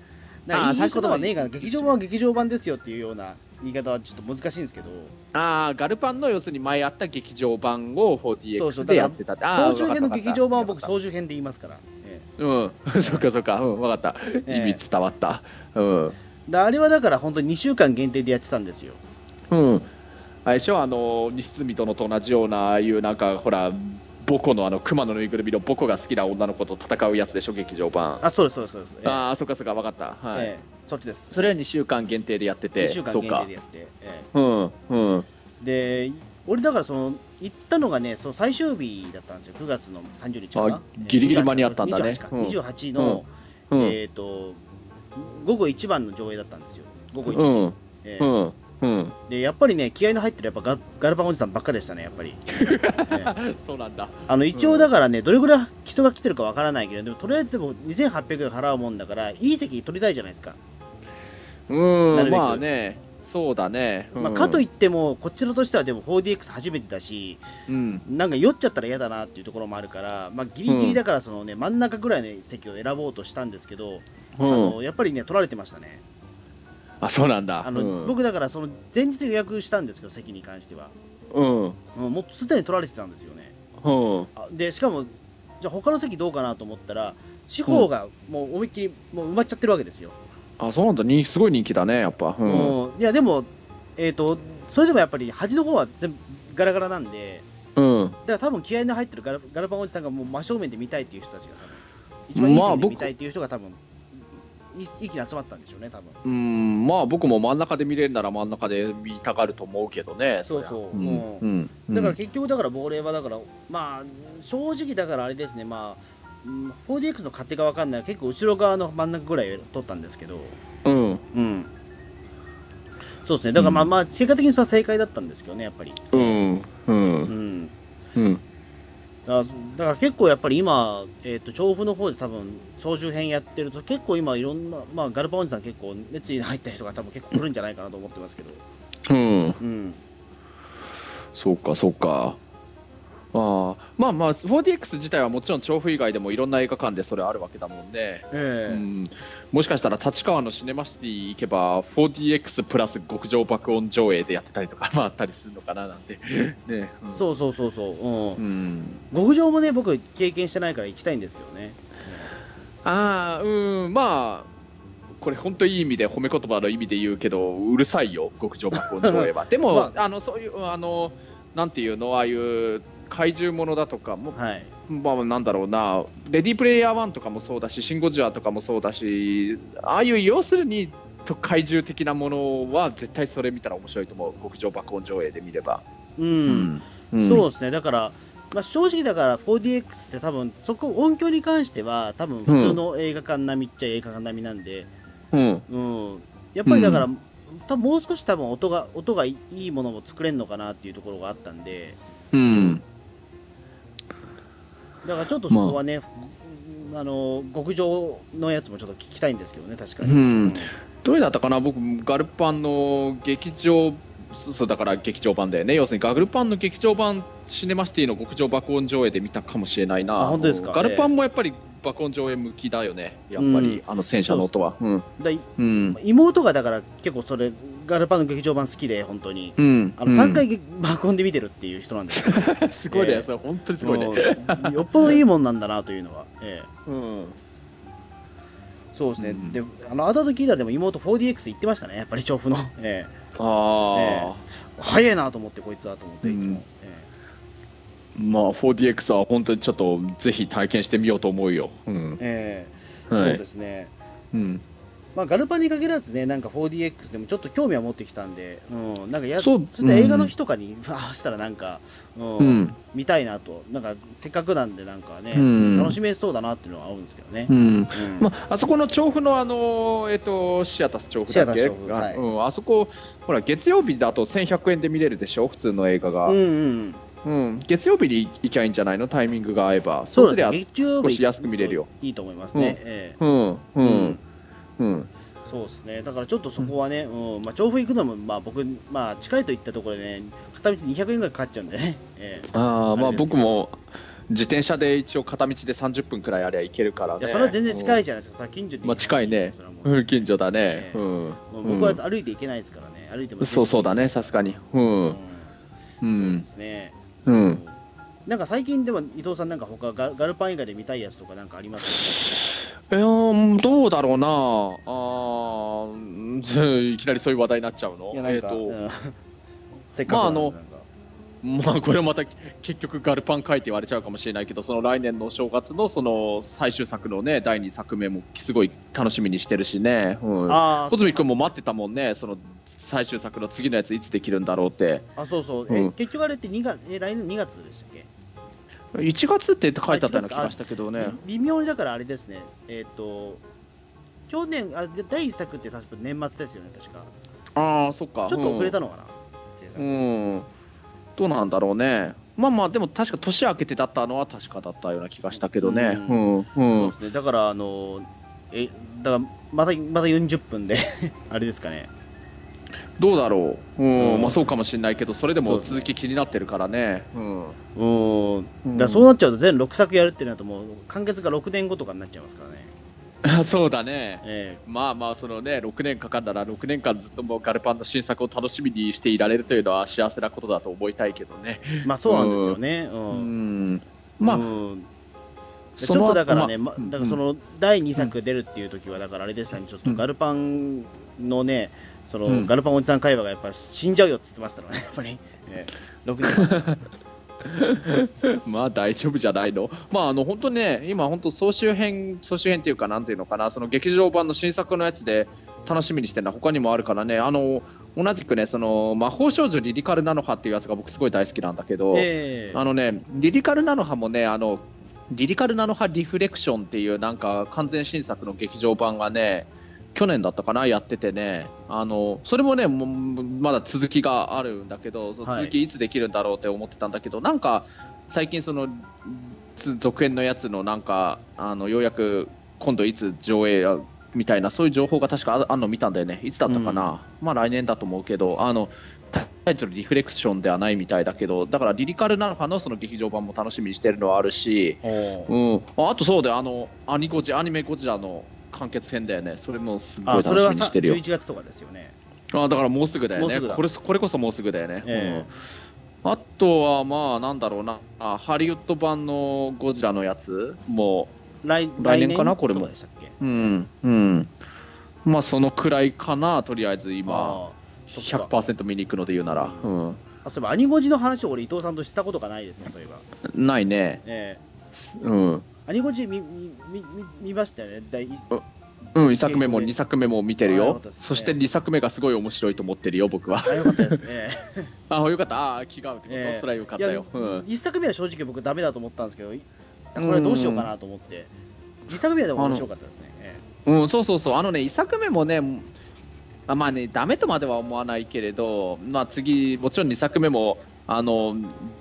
[SPEAKER 2] えなん
[SPEAKER 3] あー
[SPEAKER 2] かいい言葉ねえか
[SPEAKER 3] 最
[SPEAKER 2] ら劇場
[SPEAKER 3] 初の
[SPEAKER 2] 版は劇場版ですよっていうような言い方はちょっと難しいんですけど、
[SPEAKER 3] ああガルパンの要するに前あった劇場版を
[SPEAKER 2] そうそう
[SPEAKER 3] 4DX でやってたってあー
[SPEAKER 2] 総集編の
[SPEAKER 3] わかった
[SPEAKER 2] 劇場版は
[SPEAKER 3] わ
[SPEAKER 2] 僕
[SPEAKER 3] かった
[SPEAKER 2] 総集編で言いますから。え
[SPEAKER 3] うん、 [laughs] そっかそっか、うん、分かった、
[SPEAKER 2] ええ
[SPEAKER 3] 意味伝わった、うん、
[SPEAKER 2] えだあれはだから本当に2週間限定でやってたんですよ。
[SPEAKER 3] うん、あれでしょ、あの西住殿と同じような、ああいうなんか、ほら、ボコのあの熊のぬいぐるみのボコが好きな女の子と戦うやつでしょ、劇場版。
[SPEAKER 2] あ、そうですそうですそうです。ええ
[SPEAKER 3] ああ、そっかそっか、分かった、はい
[SPEAKER 2] ええそっちです。
[SPEAKER 3] それは2週間限定でやってて、
[SPEAKER 2] 2週間
[SPEAKER 3] そう
[SPEAKER 2] 限定
[SPEAKER 3] か
[SPEAKER 2] で、やって。え
[SPEAKER 3] うん、うん、
[SPEAKER 2] えで俺だからその行ったのがね、その最終日だったんですよ。9月の30日かな
[SPEAKER 3] あ。ギリギリ間に合ったんだね
[SPEAKER 2] 28か
[SPEAKER 3] うん
[SPEAKER 2] 28の、
[SPEAKER 3] うん、
[SPEAKER 2] えっ、と午後一番の上映だったんですよ。午後一時。
[SPEAKER 3] うん、
[SPEAKER 2] え
[SPEAKER 3] う
[SPEAKER 2] ー
[SPEAKER 3] ん、
[SPEAKER 2] [laughs]
[SPEAKER 3] うん、
[SPEAKER 2] でやっぱりね気合いの入ってるやっぱガガルパンおじさんばっかでしたねやっ
[SPEAKER 3] [laughs]
[SPEAKER 2] ぱり、えー
[SPEAKER 3] そうなんだ、
[SPEAKER 2] あの一応だからねどれぐらい人が来てるかわからないけどでもとりあえずでも2800円払うもんだからいい席取りたいじゃないですか、な
[SPEAKER 3] う
[SPEAKER 2] る
[SPEAKER 3] ん、
[SPEAKER 2] べく
[SPEAKER 3] まあね、そうだね、
[SPEAKER 2] まあ、かとい
[SPEAKER 3] っ
[SPEAKER 2] ってもこちらとしてはでも 4DX 初めてだし
[SPEAKER 3] うん、
[SPEAKER 2] なんか酔っちゃったら嫌だなっていうところもあるから、まあ、ギリギリだからそのね、真ん中ぐらいの席を選ぼうとしたんですけど、
[SPEAKER 3] う
[SPEAKER 2] あ
[SPEAKER 3] ん、
[SPEAKER 2] のやっぱりね取られてましたね
[SPEAKER 3] あ、そうなんだ、
[SPEAKER 2] あの、
[SPEAKER 3] うん
[SPEAKER 2] 僕だからその前日予約したんですけど席に関しては
[SPEAKER 3] うん、
[SPEAKER 2] もうもうすでに取られてたんですよね
[SPEAKER 3] うん、
[SPEAKER 2] あでしかもじゃあ他の席どうかなと思ったら四方がもう思いっきりもう埋まっちゃってるわけですよ、
[SPEAKER 3] あそうなんだ人すごい人気だねやっぱうん
[SPEAKER 2] もういやでもえっ、とそれでもやっぱり端の方は全部ガラガラなんで
[SPEAKER 3] うん
[SPEAKER 2] だから多分気合いの入ってるガラガラパンおじさんがもう真正面で見たいっていう人たちが多分一番いい
[SPEAKER 3] まあ
[SPEAKER 2] 線で
[SPEAKER 3] 僕
[SPEAKER 2] 見たいっていう人が多分いいい気に集まったんでしょうね多分
[SPEAKER 3] うんまあ僕も真ん中で見れるなら真ん中で見たがると思うけどね
[SPEAKER 2] そうそう
[SPEAKER 3] りゃ
[SPEAKER 2] うん
[SPEAKER 3] んうんうん
[SPEAKER 2] だから結局だから亡霊はだからまあ正直だからあれですねまあうん 4DX の勝手が分かんない結構後ろ側の真ん中ぐらいを取ったんですけど
[SPEAKER 3] うん
[SPEAKER 2] うんそうですねだからまあ
[SPEAKER 3] うん
[SPEAKER 2] まあ結果的にそれは正解だったんですけどねやっぱり
[SPEAKER 3] うんう
[SPEAKER 2] うんん
[SPEAKER 3] うん
[SPEAKER 2] だだから結構やっぱり今、えー、と調布の方で多分操縦編やってると結構今いろんな、まあ、ガルパおじさん結構熱意の入った人が多分結構来るんじゃないかなと思ってますけど
[SPEAKER 3] うん
[SPEAKER 2] うん
[SPEAKER 3] そうかそうかああまあまあ 4DX 自体はもちろん調布以外でもいろんな映画館でそれあるわけだもんね、
[SPEAKER 2] え
[SPEAKER 3] う
[SPEAKER 2] え
[SPEAKER 3] ん、もしかしたら立川のシネマシティ行けば 4DX プラス極上爆音上映でやってたりとかまああったりするのかななんてね
[SPEAKER 2] そうそうそうそう、うん
[SPEAKER 3] う、ん
[SPEAKER 2] 極上もね僕経験してないから行きたいんですけどね
[SPEAKER 3] ああうんまあこれ本当いい意味で褒め言葉の意味で言うけどうるさいよ極上爆音上映はでも、
[SPEAKER 2] [laughs] ま
[SPEAKER 3] あ、のそういうあのなんていうのああいう怪獣ものだとかも
[SPEAKER 2] はい
[SPEAKER 3] まあ、なんだろうな、レディープレイヤー1とかもそうだし、シン・ゴジラとかもそうだし、ああいう要するにと怪獣的なものは、絶対それ見たら面白いと思う、極上爆音上映で見れば。
[SPEAKER 2] うん、
[SPEAKER 3] うん
[SPEAKER 2] そうですねだから、まあ、正直だから 4DX って多分そこ音響に関しては多分普通の映画館並みっちゃ映画館並みなんで、
[SPEAKER 3] うん
[SPEAKER 2] うん、やっぱりだから、多分もう少し多分音が音がいいものも作れるのかなっていうところがあったんで
[SPEAKER 3] うん
[SPEAKER 2] だからちょっとそこはね、あ、の極上のやつもちょっと聞きたいんですけどね確かに、
[SPEAKER 3] うんどれだったかな、僕、ガルパンの劇場、そうそうだから劇場版だよね、要するにガルパンの劇場版、シネマシティの極上爆音上映で見たかもしれないな、
[SPEAKER 2] あ本当ですか
[SPEAKER 3] ガルパンもやっぱり爆音上映向きだよね、やっぱり、あの戦車の音は。うん
[SPEAKER 2] だい
[SPEAKER 3] うん
[SPEAKER 2] 妹がだから結構それガルパンの劇場版好きで本当に。
[SPEAKER 3] うん、
[SPEAKER 2] あの3回げ爆音で見てるっていう人なんですよ、
[SPEAKER 3] [laughs] すごいね、
[SPEAKER 2] ええ
[SPEAKER 3] それ本当 [laughs] にすごいね。
[SPEAKER 2] もうよっぽどいいもんなんだなというのは、ええ
[SPEAKER 3] うん、
[SPEAKER 2] そうですね、
[SPEAKER 3] うん
[SPEAKER 2] であのアダと聞いたでも妹 4DX 行ってましたねやっぱり調布の、ええ
[SPEAKER 3] ああ、
[SPEAKER 2] 早いなと思ってこいつはと思っていつも、
[SPEAKER 3] うん
[SPEAKER 2] ええ
[SPEAKER 3] まあ 4DX は本当にちょっとぜひ体験してみようと思うよ。うん、
[SPEAKER 2] ええ
[SPEAKER 3] はい
[SPEAKER 2] そうですね、
[SPEAKER 3] うん、
[SPEAKER 2] まあ、ガルパンに限らずね、なんか 4DX でもちょっと興味は持ってきたんで、うん、なんかや
[SPEAKER 3] そう
[SPEAKER 2] いった映画の
[SPEAKER 3] うん
[SPEAKER 2] 日とかに、 [laughs] ああしたらなんか、うん
[SPEAKER 3] うん、
[SPEAKER 2] 見たいなと、なんかせっかくなんで、なんかね、
[SPEAKER 3] うん
[SPEAKER 2] 楽しめそうだなっていうのはあるんですけどね
[SPEAKER 3] う。ん。
[SPEAKER 2] うん
[SPEAKER 3] まああそこの調布のあのえっ、とシアタス調布だっけ？
[SPEAKER 2] シアタス調布
[SPEAKER 3] あ
[SPEAKER 2] はい
[SPEAKER 3] うん、あそこほら月曜日だと1100円で見れるでしょ、普通の映画が。
[SPEAKER 2] う
[SPEAKER 3] うんん、
[SPEAKER 2] うん、
[SPEAKER 3] 月曜日に行きゃいいんじゃないの？タイミングが合えば、
[SPEAKER 2] そ
[SPEAKER 3] そううす
[SPEAKER 2] で
[SPEAKER 3] り
[SPEAKER 2] す
[SPEAKER 3] ゃ
[SPEAKER 2] ね、月曜
[SPEAKER 3] 少
[SPEAKER 2] 日
[SPEAKER 3] し安く見れるよ。。
[SPEAKER 2] いいと思いますね。
[SPEAKER 3] うん
[SPEAKER 2] ええ
[SPEAKER 3] うん、う
[SPEAKER 2] うんん、
[SPEAKER 3] うん、
[SPEAKER 2] そうですね、だからちょっとそこはね、うんまあ、調布行くのも、まあ、僕、まあ、近いといったところでね、片道200円ぐらいかかっちゃうんでね、ええ
[SPEAKER 3] ああま
[SPEAKER 2] あ
[SPEAKER 3] あ
[SPEAKER 2] れですけど
[SPEAKER 3] 僕も自転車で一応片道で30分くらいありゃ行けるからね
[SPEAKER 2] いやそれは全然近いじゃないですか、さ近所に
[SPEAKER 3] まあ近いね
[SPEAKER 2] それはもう
[SPEAKER 3] うん近所だね
[SPEAKER 2] え、え
[SPEAKER 3] うん
[SPEAKER 2] もう僕は歩いていけないですからね、歩いても
[SPEAKER 3] そうそうだねさすがにう
[SPEAKER 2] うん
[SPEAKER 3] んう
[SPEAKER 2] そうで
[SPEAKER 3] ん
[SPEAKER 2] すね、
[SPEAKER 3] うん
[SPEAKER 2] なんか最近でも伊藤さんなんか他ガガルパン以外で見たいやつとかなんかあります
[SPEAKER 3] いやーどうだろうなあー [laughs] いきなりそういう話題になっちゃうの
[SPEAKER 2] かいやなんか、
[SPEAKER 3] えーと
[SPEAKER 2] うんせっかくなんで
[SPEAKER 3] まああの
[SPEAKER 2] なんか
[SPEAKER 3] まあこれまた結局ガルパン書いて言われちゃうかもしれないけどその来年のお正月のその最終作のね第2作目もすごい楽しみにしてるしね、うん、
[SPEAKER 2] あ
[SPEAKER 3] 小泉君も待ってたもんねその最終作の次のやついつできるんだろうって
[SPEAKER 2] ーあそうそう、え
[SPEAKER 3] うん
[SPEAKER 2] 結局あれって2月え来年2月でしたっけ、
[SPEAKER 3] 1月って書いてあったような気がしたけどね
[SPEAKER 2] 微妙にだからあれですねえっ、と去年あで第1作って確か年末ですよね確か
[SPEAKER 3] ああそっか
[SPEAKER 2] ちょっと遅れた
[SPEAKER 3] の
[SPEAKER 2] のかな、制
[SPEAKER 3] う
[SPEAKER 2] 作
[SPEAKER 3] ん、うんどうなんだろうねまあまあでも確か年明けてだったのは確かだったような気がしたけどね
[SPEAKER 2] う
[SPEAKER 3] うんうん、
[SPEAKER 2] そうですねだからあのえだからまたまた40分で [laughs] あれですかね
[SPEAKER 3] どうだろう、うん
[SPEAKER 2] うん
[SPEAKER 3] まあそうかもしれないけどそれで
[SPEAKER 2] そう
[SPEAKER 3] も
[SPEAKER 2] ですね
[SPEAKER 3] 続き気になってるからねうん
[SPEAKER 2] うーん
[SPEAKER 3] う
[SPEAKER 2] だ
[SPEAKER 3] ん
[SPEAKER 2] からそうなっちゃうと全6作やるってなるともう完結が6年後とかになっちゃいますからね、
[SPEAKER 3] あ [laughs] そうだね
[SPEAKER 2] え
[SPEAKER 3] まあまあそのね6年かかんだら6年間ずっともうガルパンの新作を楽しみにしていられるというのは幸せなことだと思いたいけどね
[SPEAKER 2] えまあそうなんですよねう、
[SPEAKER 3] うんんまあ、
[SPEAKER 2] うんでち
[SPEAKER 3] そ
[SPEAKER 2] ょっ
[SPEAKER 3] の
[SPEAKER 2] と
[SPEAKER 3] 後
[SPEAKER 2] だからね、
[SPEAKER 3] ま
[SPEAKER 2] ま
[SPEAKER 3] あ
[SPEAKER 2] だからその第2作出るっていう時はだからあれでしたねちょっと
[SPEAKER 3] うん
[SPEAKER 2] ガルパンのねその、
[SPEAKER 3] うん
[SPEAKER 2] ガルパンおじさん会話がやっぱ死んじゃうよっつってましたからねやっぱり、ええ6年
[SPEAKER 3] [laughs]
[SPEAKER 2] 前
[SPEAKER 3] まあ大丈夫じゃないの、まあ、あの本当にね、今、本当、総集編、総集編っていうか、なんていうのかな、その劇場版の新作のやつで楽しみにしてるのは、他にもあるからね、あの同じくね、その魔法少女リリカルなのハっていうやつが僕、すごい大好きなんだけど、
[SPEAKER 2] ええ
[SPEAKER 3] あのね、リリカルなのハもね、あのリリカルなのハリフレクションっていう、なんか完全新作の劇場版がね、去年だったかな、やっててね、あのそれもね、もうまだ続きがあるんだけど、その
[SPEAKER 2] はい
[SPEAKER 3] 続きいつできるんだろうって思ってたんだけど、なんか最近、そのつ続編のやつの、なんかあのようやく今度いつ上映やみたいな、そういう情報が確かああんの見たんだよね、いつだったかな、まあ来年だと思うけど、あのタイトルリフレクションではないみたいだけどだからリリカルなのかのその劇場版も楽しみにしてるのはあるし、
[SPEAKER 2] おー
[SPEAKER 3] うん、ああとそうであのアニゴジアニメゴジラの完結編だよねそれもすっご
[SPEAKER 2] あ
[SPEAKER 3] い
[SPEAKER 2] そ
[SPEAKER 3] 楽
[SPEAKER 2] れ
[SPEAKER 3] し
[SPEAKER 2] は
[SPEAKER 3] みに
[SPEAKER 2] さ
[SPEAKER 3] してるよ
[SPEAKER 2] 11月とかですよね
[SPEAKER 3] あだからもうすぐだよ
[SPEAKER 2] もう
[SPEAKER 3] ね
[SPEAKER 2] すぐだ
[SPEAKER 3] これこれこそもうすぐだよね、
[SPEAKER 2] え
[SPEAKER 3] うん、あとはまあなんだろうなあハリウッド版のゴジラのやつも
[SPEAKER 2] 来
[SPEAKER 3] 来年かなこれも
[SPEAKER 2] とでしたっけ
[SPEAKER 3] ううんうんまあそのくらいかなとりあえず今
[SPEAKER 2] あーそっか
[SPEAKER 3] 100%見に行くので言うなら、うん、
[SPEAKER 2] あそういえばアニゴジの話を俺伊藤さんとしたことがないですねそういえば、
[SPEAKER 3] ないね
[SPEAKER 2] え
[SPEAKER 3] うん
[SPEAKER 2] えアニゴジ見見見見見ましたよね第一
[SPEAKER 3] うん、1作目も
[SPEAKER 2] えーとね
[SPEAKER 3] 2作目も見てる
[SPEAKER 2] あーよ
[SPEAKER 3] よ
[SPEAKER 2] かったですね
[SPEAKER 3] そして2作目がすごい面白いと思ってるよ僕は
[SPEAKER 2] あよかったです
[SPEAKER 3] [laughs]
[SPEAKER 2] ね
[SPEAKER 3] ああよかったああ気が合うってこと、
[SPEAKER 2] ええ
[SPEAKER 3] それはよかったよ、
[SPEAKER 2] いや
[SPEAKER 3] うん、
[SPEAKER 2] 一作目は正直僕ダメだと思ったんですけどいこれどうしようかなと思って二作目はでも面白かったですねえ
[SPEAKER 3] うん、そうそうそうあのね1作目もねあまあねダメとまでは思わないけれど、まあ、次もちろん2作目もあの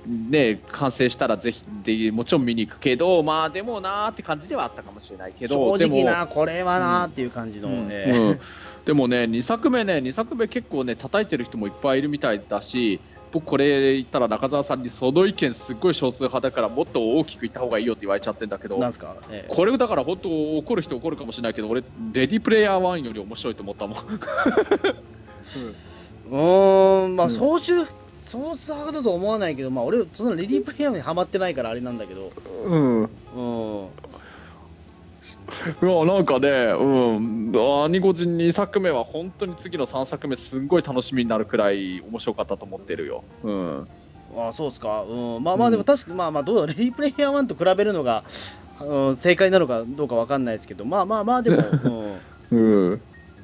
[SPEAKER 3] ね完成したらぜひでもちろん見に行くけどまあでもなーって感じではあったかもしれない
[SPEAKER 2] え
[SPEAKER 3] けど
[SPEAKER 2] 正直
[SPEAKER 3] でも
[SPEAKER 2] なこれはなーっていう感じの
[SPEAKER 3] うん
[SPEAKER 2] ええ
[SPEAKER 3] うんでもね2作目ね2作目結構ね叩いてる人もいっぱいいるみたいだし僕これ言ったら中澤さんにその意見すっごい少数派だからもっと大きく言った方がいいよって言われちゃってんだけど
[SPEAKER 2] なんですかええ
[SPEAKER 3] これだから本当怒る人怒るかもしれないけど俺レディープレイヤー1より面白いと思ったもん
[SPEAKER 2] うーんま
[SPEAKER 3] う
[SPEAKER 2] あ
[SPEAKER 3] ん
[SPEAKER 2] 総集総数派だとは思わないけどまあ俺そのレディープレイヤーにハマってないからあれなんだけど
[SPEAKER 3] [laughs] うん
[SPEAKER 2] うん
[SPEAKER 3] いやなんかね、うん、アニゴジン2作目は本当に次の3作目すんごい楽しみになるくらい面白かったと思ってるよ、うん、
[SPEAKER 2] あそうですかうんまあまあ
[SPEAKER 3] うん
[SPEAKER 2] でも確かにまあまあどうだろうレディープレイヤー1と比べるのがうん正解なのかどうかわかんないですけどまあまあまあ
[SPEAKER 3] [laughs]
[SPEAKER 2] でもうん
[SPEAKER 3] うん、
[SPEAKER 2] う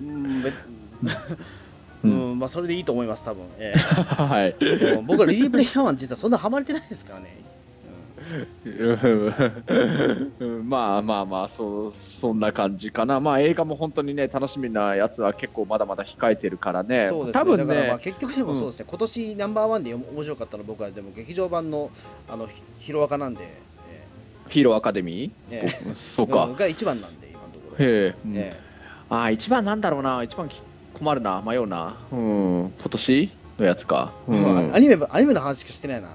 [SPEAKER 2] んべ
[SPEAKER 3] う
[SPEAKER 2] うんまあそれでいいと思います多分ええ
[SPEAKER 3] [laughs] はい
[SPEAKER 2] もう僕はリリー・プレイヤー1実はそんなハマれてないですからね。
[SPEAKER 3] うんまあまあまあそうそんな感じかな、まあ、映画も本当にね楽しみなやつは結構まだまだ控えてるからね
[SPEAKER 2] そうですね
[SPEAKER 3] 多分
[SPEAKER 2] だからまあ
[SPEAKER 3] ね
[SPEAKER 2] 結局でもそうですね、今年ナンバーワンで面白かったのは僕はでも劇場版のあのひヒロアカなんで、え
[SPEAKER 3] ヒーローアカデミー、
[SPEAKER 2] ええ
[SPEAKER 3] 僕そう
[SPEAKER 2] え
[SPEAKER 3] か、
[SPEAKER 2] が一番なんで、今のところ。え
[SPEAKER 3] へえ、うん
[SPEAKER 2] え
[SPEAKER 3] ああ一番なんだろうな一番き困るな迷うな、うん、今年のやつか、う
[SPEAKER 2] まあア
[SPEAKER 3] ん、
[SPEAKER 2] ニメアニメの話しかして
[SPEAKER 3] [laughs]
[SPEAKER 2] ないな。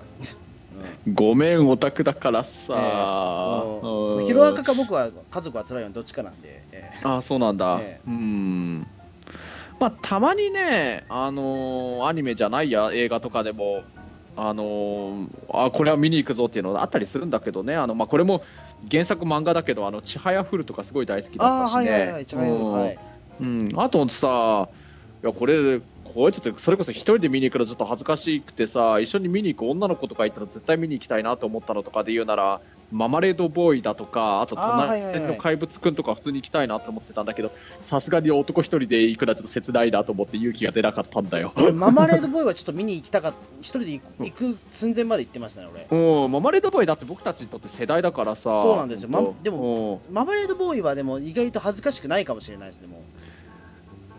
[SPEAKER 3] ごめんオタクだからさ、
[SPEAKER 2] うん
[SPEAKER 3] うん
[SPEAKER 2] ヒロアカか僕は家族は辛いよどっちかなんで、ええ
[SPEAKER 3] ああそうなんだ、
[SPEAKER 2] ええ
[SPEAKER 3] うんまあたまにねあのーアニメじゃないや映画とかでもあのーあこれは見に行くぞっていうのあったりするんだけどねあの、まあ、これも原作漫画だけど「あのちはやふる」とかすごい大好きだ
[SPEAKER 2] あ
[SPEAKER 3] った
[SPEAKER 2] あ
[SPEAKER 3] し
[SPEAKER 2] はいはいは
[SPEAKER 3] ね
[SPEAKER 2] い、一番はい、
[SPEAKER 3] うんうんあとさいやこれこれちょっとそれこそ一人で見に行くのちょっと恥ずかしくてさ一緒に見に行く女の子とかいたら絶対見に行きたいなと思ったのとかで言うならママレードボーイだとかあと
[SPEAKER 2] あーはい
[SPEAKER 3] 隣
[SPEAKER 2] はいはい
[SPEAKER 3] の怪物くんとか普通に行きたいなと思ってたんだけどさすがに男一人で行くのはちょっと切ないなと思って勇気が出なかったんだよ。
[SPEAKER 2] 俺ママレードボーイはちょっと見に行きたかった、一人で行く行く寸前まで行ってましたね、俺。
[SPEAKER 3] うん、ママレードボーイだって僕たちにとって世代だからさ
[SPEAKER 2] そうなんですよま
[SPEAKER 3] 本当
[SPEAKER 2] でも
[SPEAKER 3] うん
[SPEAKER 2] ママレードボーイはでも意外と恥ずかしくないかもしれないですねも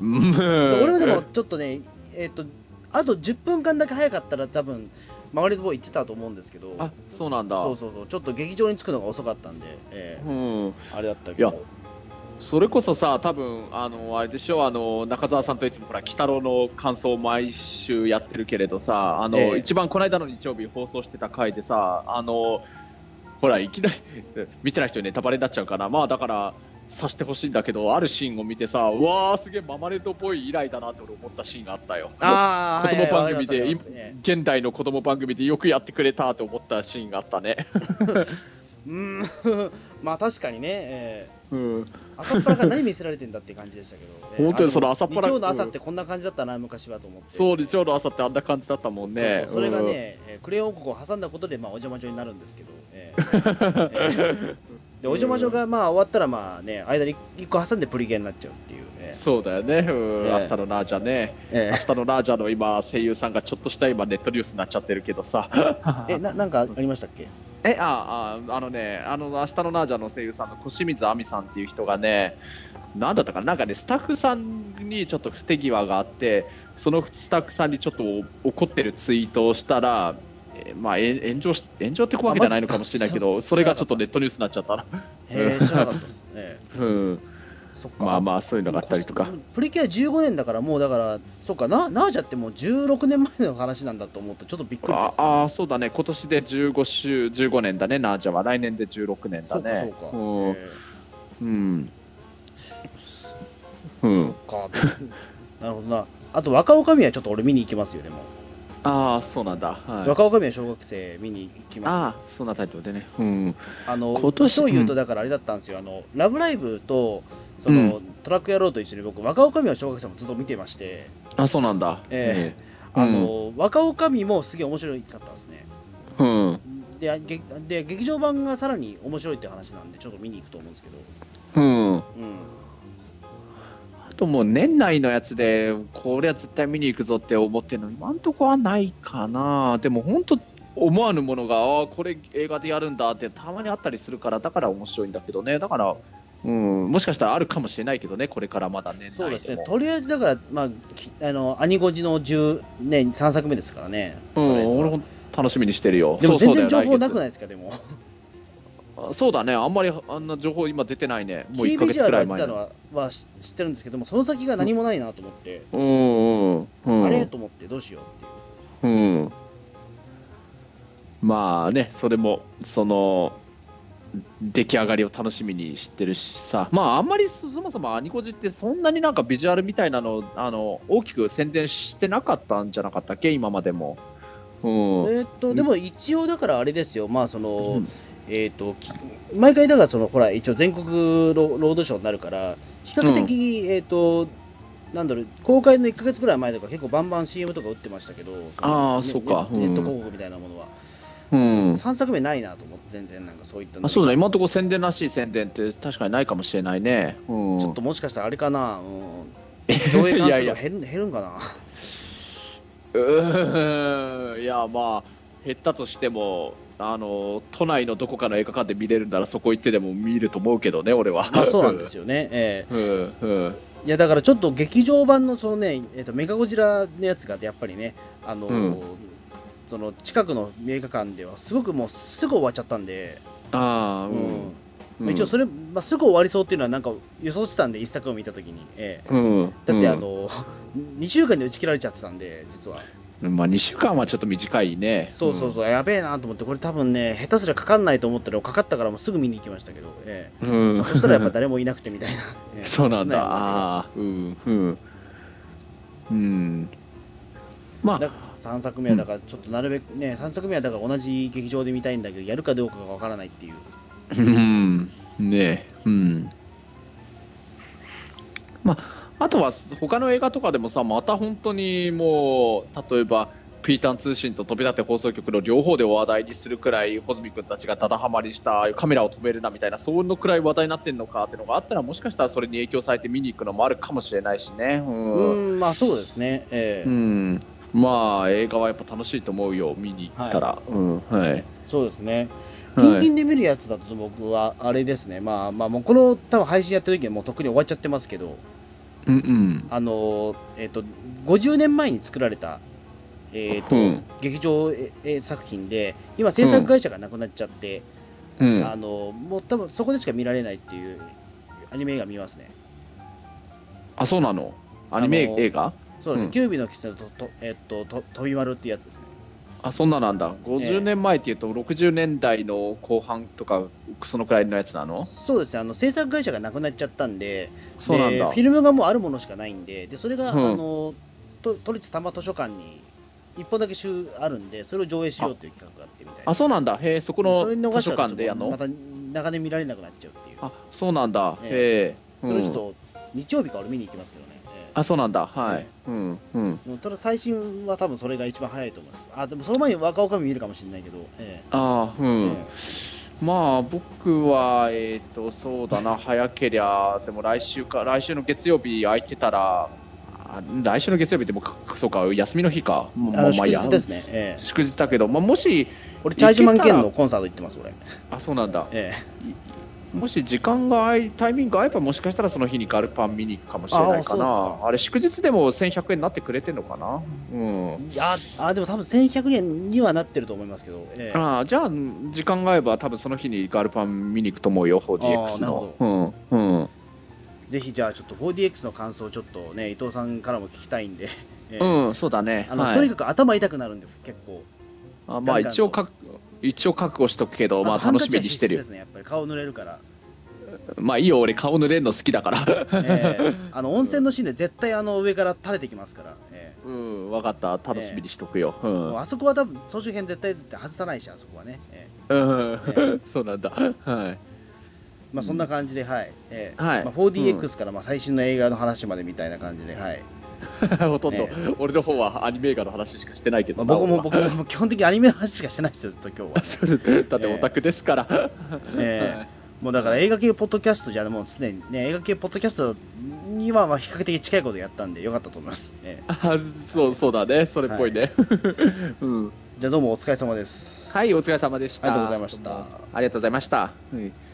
[SPEAKER 3] うん
[SPEAKER 2] う、で俺はでもちょっとねえっ、とあと10分間だけ早かったら多分ママレードボーイ行ってたと思うんですけど
[SPEAKER 3] あそうなんだ
[SPEAKER 2] そうそうそうちょっと劇場に着くのが遅かったんで、え
[SPEAKER 3] うん
[SPEAKER 2] えあれだったけど
[SPEAKER 3] いやそれこそさ、多分あのあれでしょあの中澤さんといつもほら、鬼太郎の感想を毎週やってるけれどさ、あの
[SPEAKER 2] ええ
[SPEAKER 3] 一番この間の日曜日放送してた回でさ、あのほら、いきなり見てない人にネタバレになっちゃうかな、まあだから、さしてほしいんだけど、あるシーンを見てさ、うわー、すげえママレードっぽい以来だなって俺思ったシーンがあったよ。
[SPEAKER 2] あ
[SPEAKER 3] 子
[SPEAKER 2] ー
[SPEAKER 3] 供
[SPEAKER 2] はいは
[SPEAKER 3] 番
[SPEAKER 2] い
[SPEAKER 3] 組
[SPEAKER 2] わか
[SPEAKER 3] で、
[SPEAKER 2] り
[SPEAKER 3] い
[SPEAKER 2] ますわかりますえ
[SPEAKER 3] 現代の子供番組でよくやってくれたと思ったシーンがあったね。
[SPEAKER 2] [laughs] えうんまあ確かにね、ええ
[SPEAKER 3] うん、
[SPEAKER 2] 朝っぱらから何見せられてんだっていう感じでしたけど、
[SPEAKER 3] [laughs] 本当にその
[SPEAKER 2] あ
[SPEAKER 3] 朝っぱら
[SPEAKER 2] 日曜の朝ってこんな感じだったな昔はと思って
[SPEAKER 3] そう理長の朝ってあんな感じだったもんね
[SPEAKER 2] そうそうそれが
[SPEAKER 3] うん
[SPEAKER 2] ね、えークレヨン王国を挟んだことで、まあ、お邪魔女になるんですけど、えーえーでお邪魔女がまあ終わったらまあ、ね、間に一個挟んでプリゲーになっちゃうっていうね、
[SPEAKER 3] そうだよね、うん
[SPEAKER 2] ええ
[SPEAKER 3] 明日のラージャね、
[SPEAKER 2] え
[SPEAKER 3] 明日のラージャの今、声優さんがちょっとした今、ネットニュースになっちゃってるけどさ、
[SPEAKER 2] ーえななんかありましたっけ
[SPEAKER 3] [laughs] えあああのね、あの明日のラージャの声優さんの小清水亜美さんっていう人がね、なんだったかな、なんかね、スタッフさんにちょっと不手際があって、そのスタッフさんにちょっと怒ってるツイートをしたら、えまあ、え炎上し炎上ってこわけじゃないのかもしれないけ
[SPEAKER 2] あマ
[SPEAKER 3] ど、
[SPEAKER 2] ジっすか
[SPEAKER 3] それがちょっとネットニュースになっちゃったな、
[SPEAKER 2] へえ知らなかったです、え
[SPEAKER 3] うん、
[SPEAKER 2] ーそっか
[SPEAKER 3] まあまあ、そういうのがあったりとか。
[SPEAKER 2] プリキュア15年だからもうだからそっかなナージャってもう16年前の話なんだと思うとちょっとびっくり
[SPEAKER 3] あ
[SPEAKER 2] です、
[SPEAKER 3] あーそうだね今年で15週15年だねナージャは来年で16年
[SPEAKER 2] そ
[SPEAKER 3] だ
[SPEAKER 2] うかそう
[SPEAKER 3] ね
[SPEAKER 2] か、
[SPEAKER 3] うん
[SPEAKER 2] えー
[SPEAKER 3] うんうん
[SPEAKER 2] そっかなるほどなあと若女将はちょっと俺見に行きますよでも、
[SPEAKER 3] ああそうなんだ、はい、
[SPEAKER 2] 若女将は小学生見に行きます
[SPEAKER 3] ああそんなタイトルでねうん
[SPEAKER 2] あの
[SPEAKER 3] 今年
[SPEAKER 2] そう言うとだからあれだったんですよ、あのラブライブとその、トラック野郎と一緒に僕若女将は小学生もずっと見てまして
[SPEAKER 3] あそうなんだ
[SPEAKER 2] え
[SPEAKER 3] うん
[SPEAKER 2] あの、若女将もすげえ面白かったですね
[SPEAKER 3] えうん
[SPEAKER 2] であげで劇場版がさらに面白いって話なんでちょっと見に行くと思うんですけど
[SPEAKER 3] うん
[SPEAKER 2] うん
[SPEAKER 3] あともう年内のやつでこれは絶対見に行くぞって思ってるの今んとこはないかなでも本当思わぬものがああこれ映画でやるんだってたまにあったりするからだから面白いんだけどねだからうんもしかしたらあるかもしれないけどねこれからまだ年
[SPEAKER 2] そうで
[SPEAKER 3] 内
[SPEAKER 2] す
[SPEAKER 3] で
[SPEAKER 2] ね
[SPEAKER 3] も
[SPEAKER 2] とりあえずだから、まあ、きあのアニゴジの10年3作目ですからね、
[SPEAKER 3] うん
[SPEAKER 2] とりあえずは
[SPEAKER 3] 俺も楽しみにしてるよ
[SPEAKER 2] でも全
[SPEAKER 3] そ
[SPEAKER 2] 然
[SPEAKER 3] うそ
[SPEAKER 2] 情
[SPEAKER 3] うだよ
[SPEAKER 2] 報なく
[SPEAKER 3] 来
[SPEAKER 2] ないですか、でも、
[SPEAKER 3] 月あそうだねあんまりあんな情報今出てないねもう1
[SPEAKER 2] T
[SPEAKER 3] ヶ
[SPEAKER 2] ビジュ
[SPEAKER 3] 月
[SPEAKER 2] ア
[SPEAKER 3] く
[SPEAKER 2] ルが
[SPEAKER 3] らい
[SPEAKER 2] 出
[SPEAKER 3] 前
[SPEAKER 2] た
[SPEAKER 3] に
[SPEAKER 2] のはは知知ってるんですけども、その先が何もないなと思って、
[SPEAKER 3] うんうんうん
[SPEAKER 2] あれと思って、どうしようっていう。
[SPEAKER 3] うん、まあねそれもその出来上がりを楽しみにしてるしさまああんまりそそもそもアニコジってそんなになんかビジュアルみたいなのあの大きく宣伝してなかったんじゃなかったっけ今までも。うん
[SPEAKER 2] えーっとでも一応だからあれですよ、まあその、
[SPEAKER 3] うん
[SPEAKER 2] えーっとき毎回だからそのほら一応全国ロロードショーになるから比較的、えーっとなんだろう公開の1か月ぐらい前とか結構バンバン CM とか打ってましたけどの
[SPEAKER 3] あー
[SPEAKER 2] ね
[SPEAKER 3] そうか
[SPEAKER 2] ねネット
[SPEAKER 3] うん
[SPEAKER 2] 広告みたいなものは、
[SPEAKER 3] うん
[SPEAKER 2] 3作目ないなと思って全然なんかそういったの
[SPEAKER 3] あそうだね今のところ宣伝らしい宣伝って確かにないかもしれないね。うん
[SPEAKER 2] ちょっともしかしたらあれかな、うん、上映
[SPEAKER 3] [laughs] い
[SPEAKER 2] 関数
[SPEAKER 3] やい
[SPEAKER 2] が
[SPEAKER 3] や
[SPEAKER 2] 減る減るんかな
[SPEAKER 3] うーんいやまあ減ったとしてもあの都内のどこかの映画館で見れるならそこ行ってでも見ると思うけどね俺は
[SPEAKER 2] まあそうなんです
[SPEAKER 3] よ
[SPEAKER 2] よね、え
[SPEAKER 3] うんうん
[SPEAKER 2] えいやだからちょっと劇場版のそのね、えっとメカゴジラのやつがやっぱりねあのー、
[SPEAKER 3] うん
[SPEAKER 2] その近くの映画館ではすごくもうすぐ終わっちゃったんで、
[SPEAKER 3] ああ
[SPEAKER 2] う
[SPEAKER 3] うんん、
[SPEAKER 2] まあ一応それ、まあ、すぐ終わりそうっていうのはなんか予想してたんで一作を見た時に、ええ
[SPEAKER 3] うん
[SPEAKER 2] だってあのー、2週間 [laughs] で打ち切られちゃってたんで実は
[SPEAKER 3] うんまあ2週間はちょっと短いね
[SPEAKER 2] そうそうそう、やべえなと思ってこれ多分ね下手すりゃかかんないと思ったらかかったからもうすぐ見に行きましたけど、ええ
[SPEAKER 3] うん、うん
[SPEAKER 2] そしたらやっぱ誰もいなくてみたいな。ええ
[SPEAKER 3] [laughs] そうなんだ。
[SPEAKER 2] あ
[SPEAKER 3] ああー、うん、うん。うん。まあ、
[SPEAKER 2] 3作目はだからちょっとなるべくね、3作目はだから同じ劇場で見たいんだけどやるかどうかがわからないっていう
[SPEAKER 3] うん、ねえ、うん。まあ、あとは他の映画とかでもさ、また本当にもう、例えば、ピータン通信と飛び立て放送局の両方で話題にするくらい、穂積君たちがただハマりした、カメラを止めるなみたいな、そのくらい話題になってんのかってのがあったら、もしかしたらそれに影響されて見に行くのもあるかもしれないしね。う。
[SPEAKER 2] うんーんまあそうですねええ
[SPEAKER 3] うん、まあ、映画はやっぱ楽しいと思うよ、見に行ったら。うん、はい。
[SPEAKER 2] そうですね
[SPEAKER 3] は
[SPEAKER 2] 近
[SPEAKER 3] い、
[SPEAKER 2] 々で見るやつだと僕はあれですねまあまあもうこの多分配信やってる時はもうとっくに終わっちゃってますけど
[SPEAKER 3] うんうん。
[SPEAKER 2] あのえっ、と50年前に作られたえっ、と、
[SPEAKER 3] うん
[SPEAKER 2] 劇場ええ作品で今制作会社がなくなっちゃって、
[SPEAKER 3] うん。
[SPEAKER 2] あのもう多分そこでしか見られないっていうアニメ映画見ますね
[SPEAKER 3] あ、そうなのアニメ
[SPEAKER 2] あの
[SPEAKER 3] 映画
[SPEAKER 2] そうですね、
[SPEAKER 3] うん
[SPEAKER 2] キュービーのキツネとと、えっと、と、飛び丸ってやつですね。
[SPEAKER 3] あ、そんななんだ。
[SPEAKER 2] ええ
[SPEAKER 3] 50年前っていうと、60年代の後半とか、そのくらいのやつなの
[SPEAKER 2] そうですね、あの制作会社がなくなっちゃったんで、
[SPEAKER 3] そうなん
[SPEAKER 2] で
[SPEAKER 3] だ
[SPEAKER 2] フ。ィルムがもうあるものしかないんで、でそれが、
[SPEAKER 3] うん
[SPEAKER 2] あのと都立多摩図書館に1本だけ週あるんで、それを上映しようという企画があってみたいな。
[SPEAKER 3] あ、そうなんだ。へえ、そこ
[SPEAKER 2] それ
[SPEAKER 3] の
[SPEAKER 2] 逃
[SPEAKER 3] 図
[SPEAKER 2] し
[SPEAKER 3] 書
[SPEAKER 2] たら
[SPEAKER 3] 館でやん
[SPEAKER 2] ちょっ
[SPEAKER 3] の
[SPEAKER 2] とまた流長年見られなくなっちゃうっていう
[SPEAKER 3] あそうなんだ
[SPEAKER 2] え
[SPEAKER 3] へえ
[SPEAKER 2] それちょっ
[SPEAKER 3] うん
[SPEAKER 2] と日曜日から俺見に行きますけどね、え
[SPEAKER 3] あそうなんだは
[SPEAKER 2] え
[SPEAKER 3] いうんうん
[SPEAKER 2] えただ最新は多分それが一番早いと思いますあでもその前に若女将見るかもしれないけど、え
[SPEAKER 3] あーう
[SPEAKER 2] え
[SPEAKER 3] ん
[SPEAKER 2] え
[SPEAKER 3] まあ僕はえっ、とそうだ
[SPEAKER 2] [laughs]
[SPEAKER 3] な早けりゃでも来週か来週の月曜日空いてたらあ来週の月曜日でもかそうか休みの日かもう
[SPEAKER 2] え
[SPEAKER 3] ま
[SPEAKER 2] あ
[SPEAKER 3] あ
[SPEAKER 2] の祝
[SPEAKER 3] まあいいや
[SPEAKER 2] 日ですね、ええ
[SPEAKER 3] 祝日だけど、まあ、もし
[SPEAKER 2] 俺チャージマンケンのコンサート行ってます俺、
[SPEAKER 3] あそうなんだ
[SPEAKER 2] え
[SPEAKER 3] もし時間が合いタイミングが合えばもしかしたらその日にガルパン見に行くかもしれないかな
[SPEAKER 2] あそうです
[SPEAKER 3] あれ祝日でも1100円になってくれてんのかなうん
[SPEAKER 2] えいやあでも多分1100円にはなってると思いますけど、ええ
[SPEAKER 3] ああじゃあ時間が合えば多分その日にガルパン見に行くと思うよ 4DX の
[SPEAKER 2] あ
[SPEAKER 3] うんうん
[SPEAKER 2] ぜひじゃあちょっと 4DX の感想をちょっとね伊藤さんからも聞きたいんで、ええ
[SPEAKER 3] うん、そうだね。
[SPEAKER 2] あの
[SPEAKER 3] はい
[SPEAKER 2] とにかく頭痛くなるんで結構
[SPEAKER 3] あまあ
[SPEAKER 2] ガンガンと
[SPEAKER 3] 一応かく一応覚悟しとくけど、まあ
[SPEAKER 2] とハン
[SPEAKER 3] 楽
[SPEAKER 2] カチ
[SPEAKER 3] しみ
[SPEAKER 2] は
[SPEAKER 3] に
[SPEAKER 2] 必
[SPEAKER 3] し
[SPEAKER 2] 須
[SPEAKER 3] てる
[SPEAKER 2] で
[SPEAKER 3] よ
[SPEAKER 2] す。ねやっぱり顔濡れるから、
[SPEAKER 3] まあいいよ、俺顔濡れるの好きだ [laughs] から。
[SPEAKER 2] ええあの温泉のシーンで絶対あの上から垂れてきますから、ええ
[SPEAKER 3] うん、わかった。楽しみにしとくよ。う
[SPEAKER 2] もうんあそこは多分総集編絶対外さないしあそこはね、ええ
[SPEAKER 3] うん [laughs]
[SPEAKER 2] え、
[SPEAKER 3] そうなんだ。はい。 [laughs]
[SPEAKER 2] まあそんな感じではい、ええ
[SPEAKER 3] はい
[SPEAKER 2] まあ、4DX からまあ最新の映画の話までみたいな感じではい、
[SPEAKER 3] ほとんど
[SPEAKER 2] え
[SPEAKER 3] 俺の方はアニメ映画の話しかしてないけ
[SPEAKER 2] ま
[SPEAKER 3] ど
[SPEAKER 2] あ、
[SPEAKER 3] な。
[SPEAKER 2] 僕も
[SPEAKER 3] 俺は、
[SPEAKER 2] 僕も基本的にアニメの話しかしてないですよずっと今日は
[SPEAKER 3] そうだってオタクですから。
[SPEAKER 2] ええもうだから映画系ポッドキャストじゃもう常にね映画系ポッドキャストにはまあ比較的近いことやったんでよかったと思います、ええ
[SPEAKER 3] あそうそうだね。それっぽいね。 [laughs] うん
[SPEAKER 2] じゃあどうもお疲れ様です
[SPEAKER 3] はい、お疲れ様でした。
[SPEAKER 2] ありがとうございました
[SPEAKER 3] ありがとうございました。はい